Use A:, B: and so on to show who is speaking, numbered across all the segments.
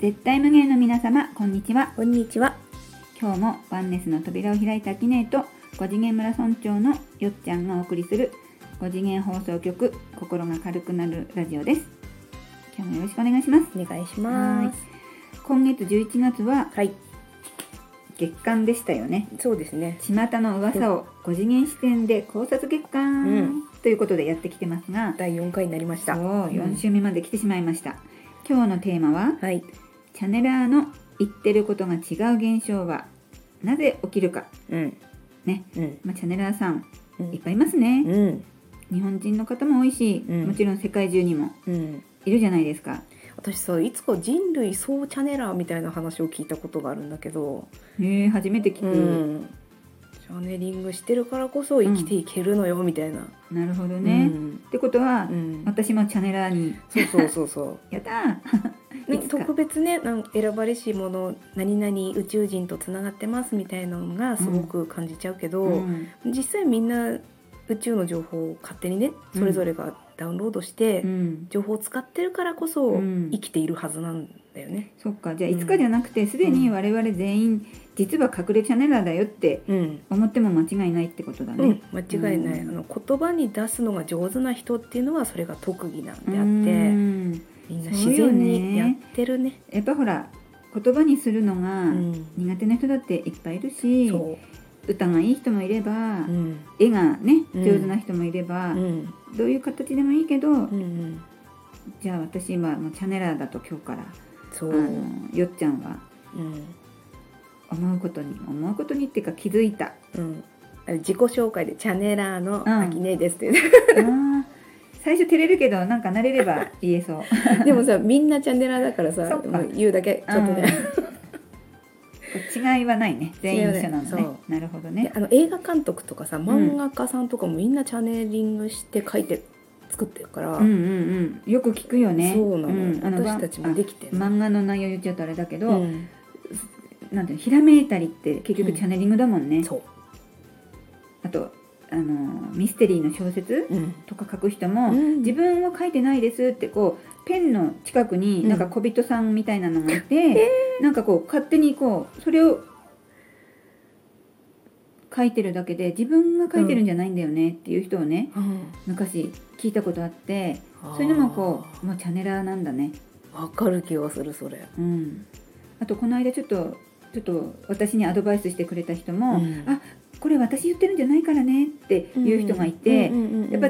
A: 絶対無限の皆様こんにちは
B: こんにちは。
A: 今日もワンネスの扉を開いたアキネイと5次元村村長のよっちゃんがお送りする5次元放送局心が軽くなるラジオです今日もよろしくお願いします
B: お願いします。
A: 今月11月は
B: はい。
A: 月間でしたよね
B: そうですね。
A: 巷の噂を5次元視点で考察月間、
B: うん
A: ということでやってきてますが
B: 第4回になりました。
A: そう
B: うん
A: 4週目まで来てしまいました、今日のテーマは
B: はい。
A: チャネラーの言ってることが違う現象はなぜ起きるか
B: うん。
A: ね、
B: うん。
A: まあ、チャネラーさん
B: う
A: いっ
B: ん。
A: ぱいいますね、
B: うん。
A: 日本人の方も多いし、
B: うん
A: もちろん世界中にも
B: うん。
A: いるじゃないですか
B: 私さいつか人類総チャネラーみたいな話を聞いたことがあるんだけど、
A: へえ初めて聞く、
B: うんチャネリングしてるからこそ生きていけるのよみたいな、
A: なるほど
B: う
A: ね、っ
B: ん
A: てことは、
B: うん
A: 私もチャネラーに
B: そうそうそうそ
A: やったー
B: う
A: い
B: ね
A: つか
B: 特別ねなん選ばれし者何々宇宙人とつながってますみたいなのがすごく感じちゃうけど、
A: うん
B: 実際みんな宇宙の情報を勝手にね
A: うん
B: それぞれがダウンロードして、
A: うん
B: 情報を使ってるからこそ
A: うん
B: 生きているはずなんだよね。
A: そっかじゃあ
B: う
A: い
B: ん
A: つかじゃなくてすでに我々全員実は隠れチャネラーだよって
B: うん
A: 思っても間違いないってことだ
B: う
A: ね
B: ん、、間違いない、
A: うん
B: あの言葉に出すのが上手な人っていうのはそれが特技なんであっ
A: う
B: て、
A: ん
B: みんな
A: そう
B: 自
A: よ
B: 然
A: ね
B: にやってるね。
A: やっぱほら言葉にするの
B: う
A: が
B: ん
A: 苦手な人だっていっぱいいるし、
B: そ
A: 歌がいい人もいれば、
B: う、うん
A: 絵がね
B: うん
A: 上手な人もいれば、
B: うん
A: どういう形でもいいけど、
B: うんうん、
A: じゃあ私はもうチャネラーだと今日から、
B: そう、
A: あのよっちゃんは
B: うん
A: 思うことに思うことにっていうか気づいた
B: うん、あれ自己紹介で「チャネラーの
A: うん
B: あきねです」って、ね
A: あー最初照れるけどなんか慣れれば言えそう
B: でもさみんなチャネラーだから
A: そ
B: さ
A: っか
B: もう言うだけちょっとね。
A: うん違いはないね全員一緒なの
B: 違い
A: ね
B: はな
A: な
B: い
A: るほど
B: で
A: ね
B: あの映画監督とかさ漫画家さんとかもみんなチャネリングして書いて作ってるから、
A: うんうんうんよく聞くよね
B: そうなの、
A: んあの
B: 私たちもできて
A: あ
B: る、
A: 漫画の内容言っちゃうとあれだけど、
B: うん
A: なんていうのひらめいたりって結局チャネリングだもんね、
B: そ
A: あとあのミステリーの小説
B: う、うん
A: とか書く人も、
B: うん
A: 自分は書いてないですってこうペンの近くに
B: うん
A: なんか小人さんみたいなのがいて、なんかこう勝手にこうそれを書いてるだけで自分が書いてるんじゃないんだよねっていう人をね、昔聞いたことあってそういうのもこうもうチャネラーなんだね。
B: うわかる気がするそれ、
A: うん、あとこの間ちょっとちょっと私にアドバイスしてくれた人も、
B: うん
A: あこれ私言ってるんじゃないからねっていう人がいて、やっぱ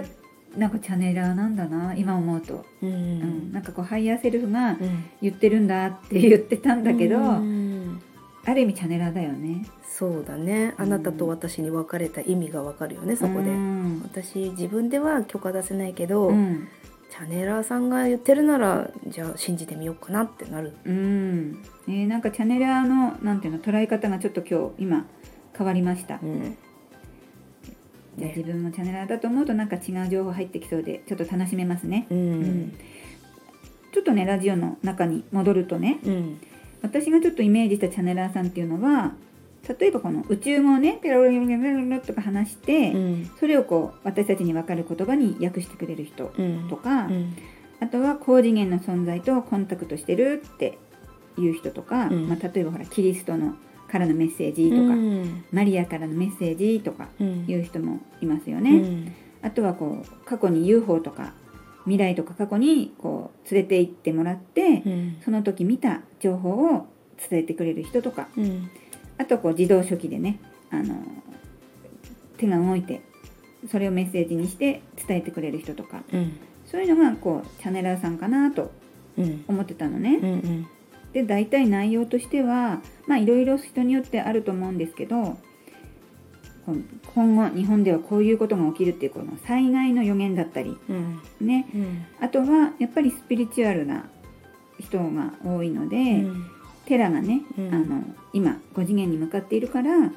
A: なんかチャネラーなんだな今思うと、
B: うんう
A: うん
B: ん
A: なんかこうハイヤーセルフが
B: うん
A: 言ってるんだって言ってたんだけど、
B: うん
A: ある意味チャネラーだよね
B: そうだねあなたと私に別れた意味がわかるよねそこで、
A: うん
B: 私自分では許可出せないけど、
A: うん
B: チャネラーさんが言ってるならじゃあ信じてみようかなってなる
A: うんえーなんかチャネラーのなんていうの捉え方がちょっと今日今変わりました、
B: うん
A: じゃあ自分もチャネラーだと思うとなんか違う情報入ってきそうでちょっと楽しめますね
B: う
A: うんんちょっとねラジオの中に戻るとね
B: うん
A: 私がちょっとイメージしたチャネラーさんっていうのは例えばこの宇宙語をねペロロロロロロとか話して、
B: うん
A: それをこう私たちに分かる言葉に訳してくれる人
B: うん
A: とか、
B: うん
A: あとは高次元の存在とコンタクトしてるっていう人とか、
B: うん
A: まあ、例えばほらキリストのからのメッセージとか、
B: うん
A: マリアからのメッセージとか
B: うん
A: いう人もいますよ
B: う
A: ね。
B: ん
A: あとはこう過去に UFO とか未来とか過去にこう連れて行ってもらって、
B: うん
A: その時見た情報を伝えてくれる人とか
B: うん
A: あとこう自動書記でねあの手が動いてそれをメッセージにして伝えてくれる人とか
B: うん
A: そういうのがこうチャネラーさんかなと
B: うん
A: 思ってたのね。
B: うん
A: で大体内容としてはまあいろいろ人によってあると思うんですけどこう今後日本ではこういうことが起きるっていうこの災害の予言だったり
B: うん
A: ね
B: うん
A: あとはやっぱりスピリチュアルな人が多いので、
B: うん
A: テラがね、
B: うん
A: あの今5次元に向かっているから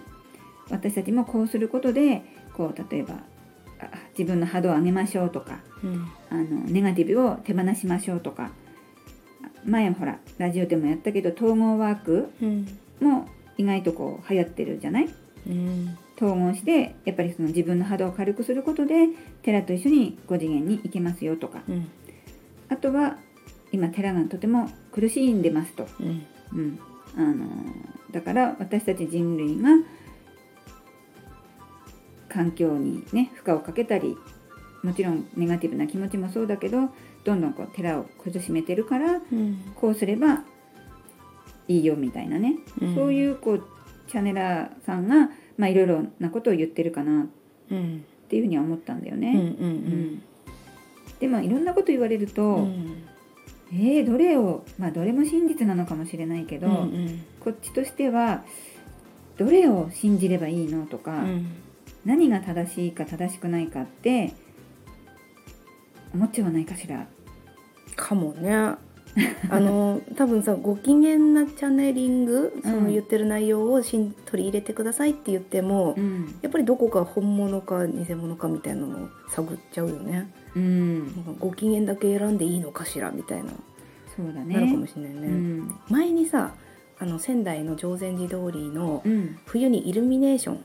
A: 私たちもこうすることでこう例えばあ自分の波動を上げましょうとか
B: うん
A: あのネガティブを手放しましょうとか前ほらラジオでもやったけど統合ワーク
B: うん
A: も意外とこう流行ってるじゃない
B: うん
A: 統合してやっぱりその自分の波動を軽くすることでテラと一緒に5次元に行けますよとか
B: うん
A: あとは今寺がとても苦しんでますと、
B: うん
A: うんあのだから私たち人類が環境にね負荷をかけたりもちろんネガティブな気持ちもそうだけどどんどんこう寺を苦しめてるから
B: うん
A: こうすればいいよみたいなね、
B: うん
A: そういうこうチャネラーさんがまあいろいろなことを言ってるかなっ
B: うん
A: ていうふうには思ったんだよ
B: うんう
A: ね。
B: ん
A: でもいろんなこと言われると、
B: うんうん
A: えーどれをまあどれも真実なのかもしれないけど、
B: うんうん
A: こっちとしてはどれを信じればいいのとか、
B: うん
A: 何が正しいか正しくないかって思っちゃわないかしら。
B: かもねあの多分さご機嫌なチャネリングその言ってる内容をしん取り入れてくださいって言っても、
A: うん、
B: やっぱりどこか本物か偽物かみたいなのを探っちゃうよね
A: うん、
B: なんかご機嫌だけ選んでいいのかしらみたいな、
A: そうだね。
B: なるかもしれないね、
A: うん、
B: 前にさあの仙台の常禅寺通りの
A: うん、
B: 冬にイルミネーション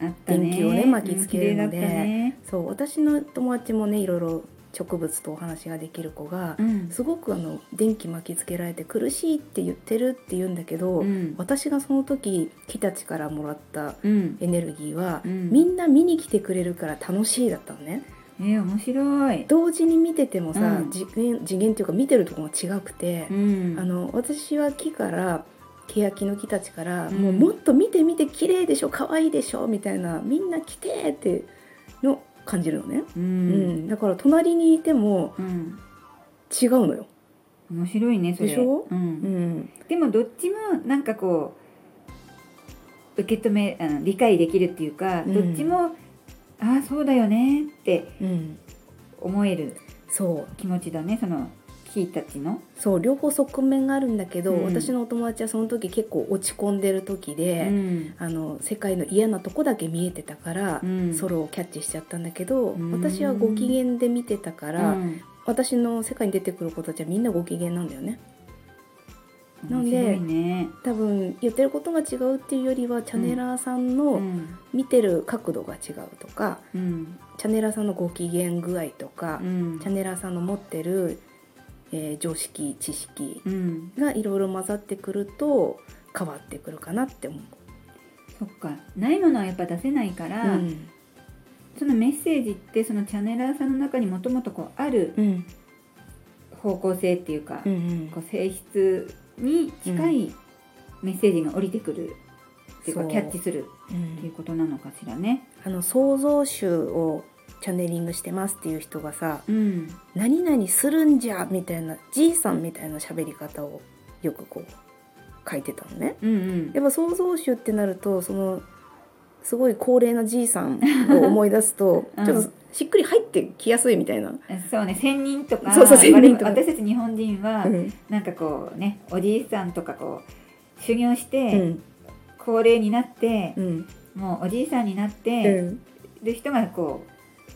A: あったね。
B: 電気をね巻きつけるので
A: うん綺麗だったね
B: そう私の友達もねいろいろ植物とお話ができる子が
A: う、ん、
B: すごくあの電気巻きつけられて苦しいって言ってるって言うんだけど、
A: うん、
B: 私がその時木たちからもらった
A: うん、
B: エネルギーは、
A: うん
B: みんな見に来てくれるから楽しいだったのね
A: えー、面白い。
B: 同時に見ててもさ、
A: うん
B: 次元次元っていうか見てるところが違くて、
A: うん、
B: あの私は木から欅の木たちから、
A: うん
B: もうもっと見て見て綺麗でしょ可愛いでしょみたいなみんな来てってのを感じるのね、
A: う
B: うん
A: ん、
B: だから隣にいても
A: うん、
B: 違うのよ、
A: 面白いねそれ。
B: でしょ
A: うん
B: うん、
A: でもどっちもなんかこう受け止めあの理解できるっていうか、
B: うん
A: どっちもああそうだよねって
B: うん、
A: 思える
B: そう
A: 気持ちだねそのキーたちの。
B: そう両方側面があるんだけど、
A: うん
B: 私のお友達はその時結構落ち込んでる時
A: う
B: で、
A: ん
B: あの世界の嫌なとこだけ見えてたから、
A: うん
B: ソロをキャッチしちゃったんだけど、
A: うん
B: 私はご機嫌で見てたから、
A: うん
B: 私の世界に出てくる子たちはみんなご機嫌なんだよねな
A: 面
B: んで
A: 白いね。
B: 多分言ってることが違うっていうよりはチャネラーさん
A: う
B: の
A: ん
B: 見てる角度が違うとか、
A: うん
B: チャネラーさんのご機嫌具合とか
A: う、ん
B: チャネラーさんの持ってる、えー常識知識
A: うん、
B: がいろいろ混ざってくると変わってくるかなって思う。
A: そっかないものはやっぱ出せないから、
B: うん
A: そのメッセージってそのチャネラーさんの中にもともとこうある
B: うん
A: 方向性っていうか、
B: うん
A: こう性質に近いメッセージが降りてくるっていうか、
B: そう
A: キャッチする
B: う
A: っていうんことなのかしらね。
B: あの創造集をチャネリングしてますっていう人がさ
A: うん、
B: 「何々するんじゃ」みたいなじいさんみたいな喋り方をよくこう書いてたのね。
A: うん、うん
B: やっぱ創造集ってなるとそのすごい高齢なじいさんを思い出すと、
A: うん
B: ちょっとしっくり入ってきやすいみたいな。
A: そうね、千人とか、
B: そうそう仙人とか
A: 我々私たち日本人は、
B: うん
A: なんかこうね、おじいさんとかこう修行し
B: う
A: て、
B: ん
A: 高齢になって
B: う、ん
A: もうおじいさんになって、
B: うん
A: る人がこ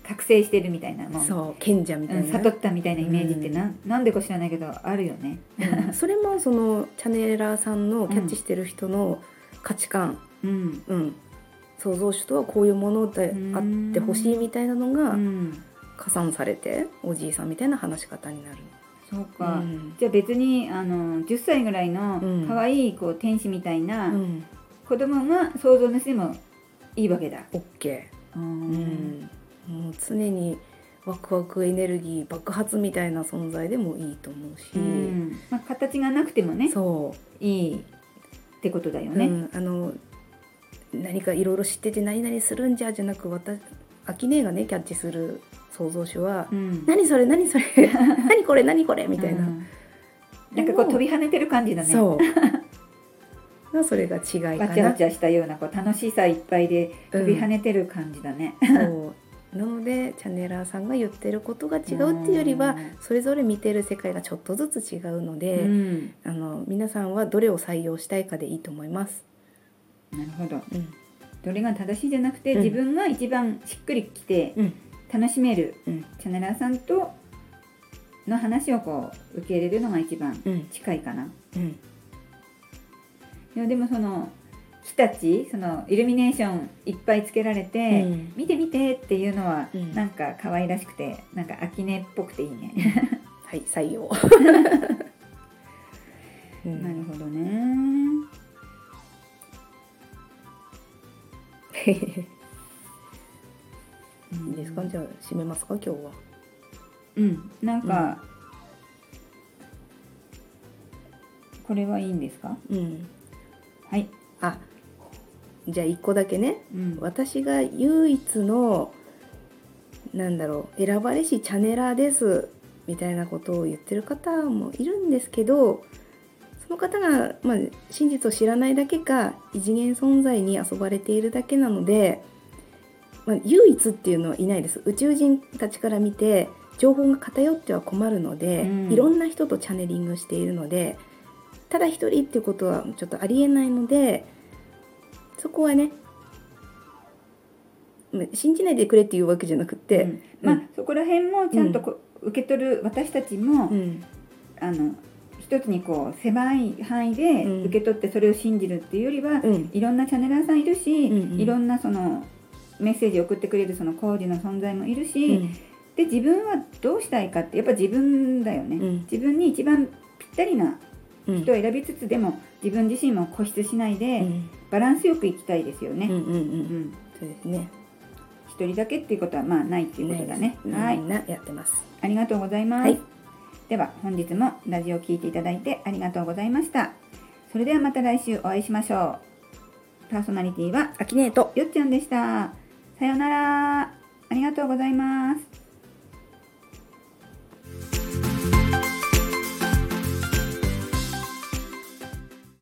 A: う覚醒してるみたいなもう
B: そう賢者みた
A: う
B: い
A: ん、
B: なね、
A: 悟ったみたいなイメージってなん、なんでか知らないけどあるよね。
B: うんそれもそのチャネラーさんのキャッチしてる人の価値観、
A: うん、
B: うん創造主とはこういうものであってほしいみたいなの
A: う
B: が
A: ん、
B: 加算されておじいさんみたいな話し方になる。
A: そうか。
B: うん
A: じゃあ別にあの10歳ぐらいの
B: うん
A: 可愛いこう天使みたいうな、
B: ん、
A: 子供が想像のしてもいいわけだ。
B: オッケー
A: う
B: うん、もう常にワクワクエネルギー爆発みたいな存在でもいいと思うし、
A: うんまあ、形がなくてもね
B: そ
A: いいってことだよ
B: う、
A: ね。
B: うん、あの何かいろいろ知ってて何々するんじゃじゃなく私アキネがねキャッチする創造主は
A: う、ん
B: 何それ 何それ何これ何これみたいな、
A: うんなんかこう飛び跳ねてる感じだね。
B: そう がそれが違いか
A: わちゃわ
B: な
A: ちゃしたようなこう楽しさいっぱいで飛び跳ねてる感じだね。
B: そうなのでチャネラーさんが言ってることが違うっていうより
A: う
B: は
A: ん
B: それぞれ見てる世界がちょっとずつ違うの
A: う
B: で、
A: ん
B: あの皆さんはどれを採用したいかでいいと思います。
A: なるほど
B: うん、
A: どれが正しいじゃなくて、
B: うん
A: 自分が一番しっくりきて
B: うん、
A: 楽しめる
B: うん、
A: チャネラーさんとの話をこう受け入れるのが一番
B: うん、
A: 近いかな。
B: うん、
A: いやでもその木たちそのイルミネーションいっぱいつけられ
B: う
A: て、
B: ん、
A: 見て見てっていうのは、
B: うん
A: なんか可愛らしくてなんか秋音っぽくていいね。
B: はい採用、 うん
A: なるほどね。う
B: いい
A: ん
B: ですかじゃあ締めますか今日は
A: うん、なんか、これはいいんですか
B: うん
A: はい。
B: あじゃあ一個だけね
A: うん
B: 私が唯一のなんだろう選ばれしチャネラーですみたいなことを言ってる方もいるんですけどその方が、まあ、真実を知らないだけか異次元存在に遊ばれているだけなので、まあ、唯一っていうのはいないです宇宙人たちから見て情報が偏っては困るので、
A: うん
B: いろんな人とチャネリングしているのでただ一人っていうことはちょっとありえないのでそこはねまあ信じないでくれっていうわけじゃなくて、
A: うんまあ、そこら辺もちゃんとこう受け取る私たちも、
B: うん
A: あの一つにこう狭い範囲で
B: うん
A: 受け取ってそれを信じるっていうよりは、
B: うん
A: いろんなチャンネラーさんいるし、
B: うんうん
A: いろんなそのメッセージを送ってくれるその工事の存在もいるし、
B: うん
A: で自分はどうしたいかってやっぱ自分だよね、
B: うん
A: 自分に一番ぴったりな
B: うん
A: 人を選びつつでも自分自身も固執しないで、
B: うん
A: バランスよくいきたいですよ
B: うんう
A: ね、
B: んう
A: うん
B: んそうですね
A: 一人だけっていうことはまあないっていうことだね
B: みん
A: はい
B: なやってます
A: ありがとうございます、
B: はい
A: では本日もラジオを聴いていただいてありがとうございましたそれではまた来週お会いしましょうパーソナリティは
B: アキネート
A: よっちゃんでしたさようならありがとうございます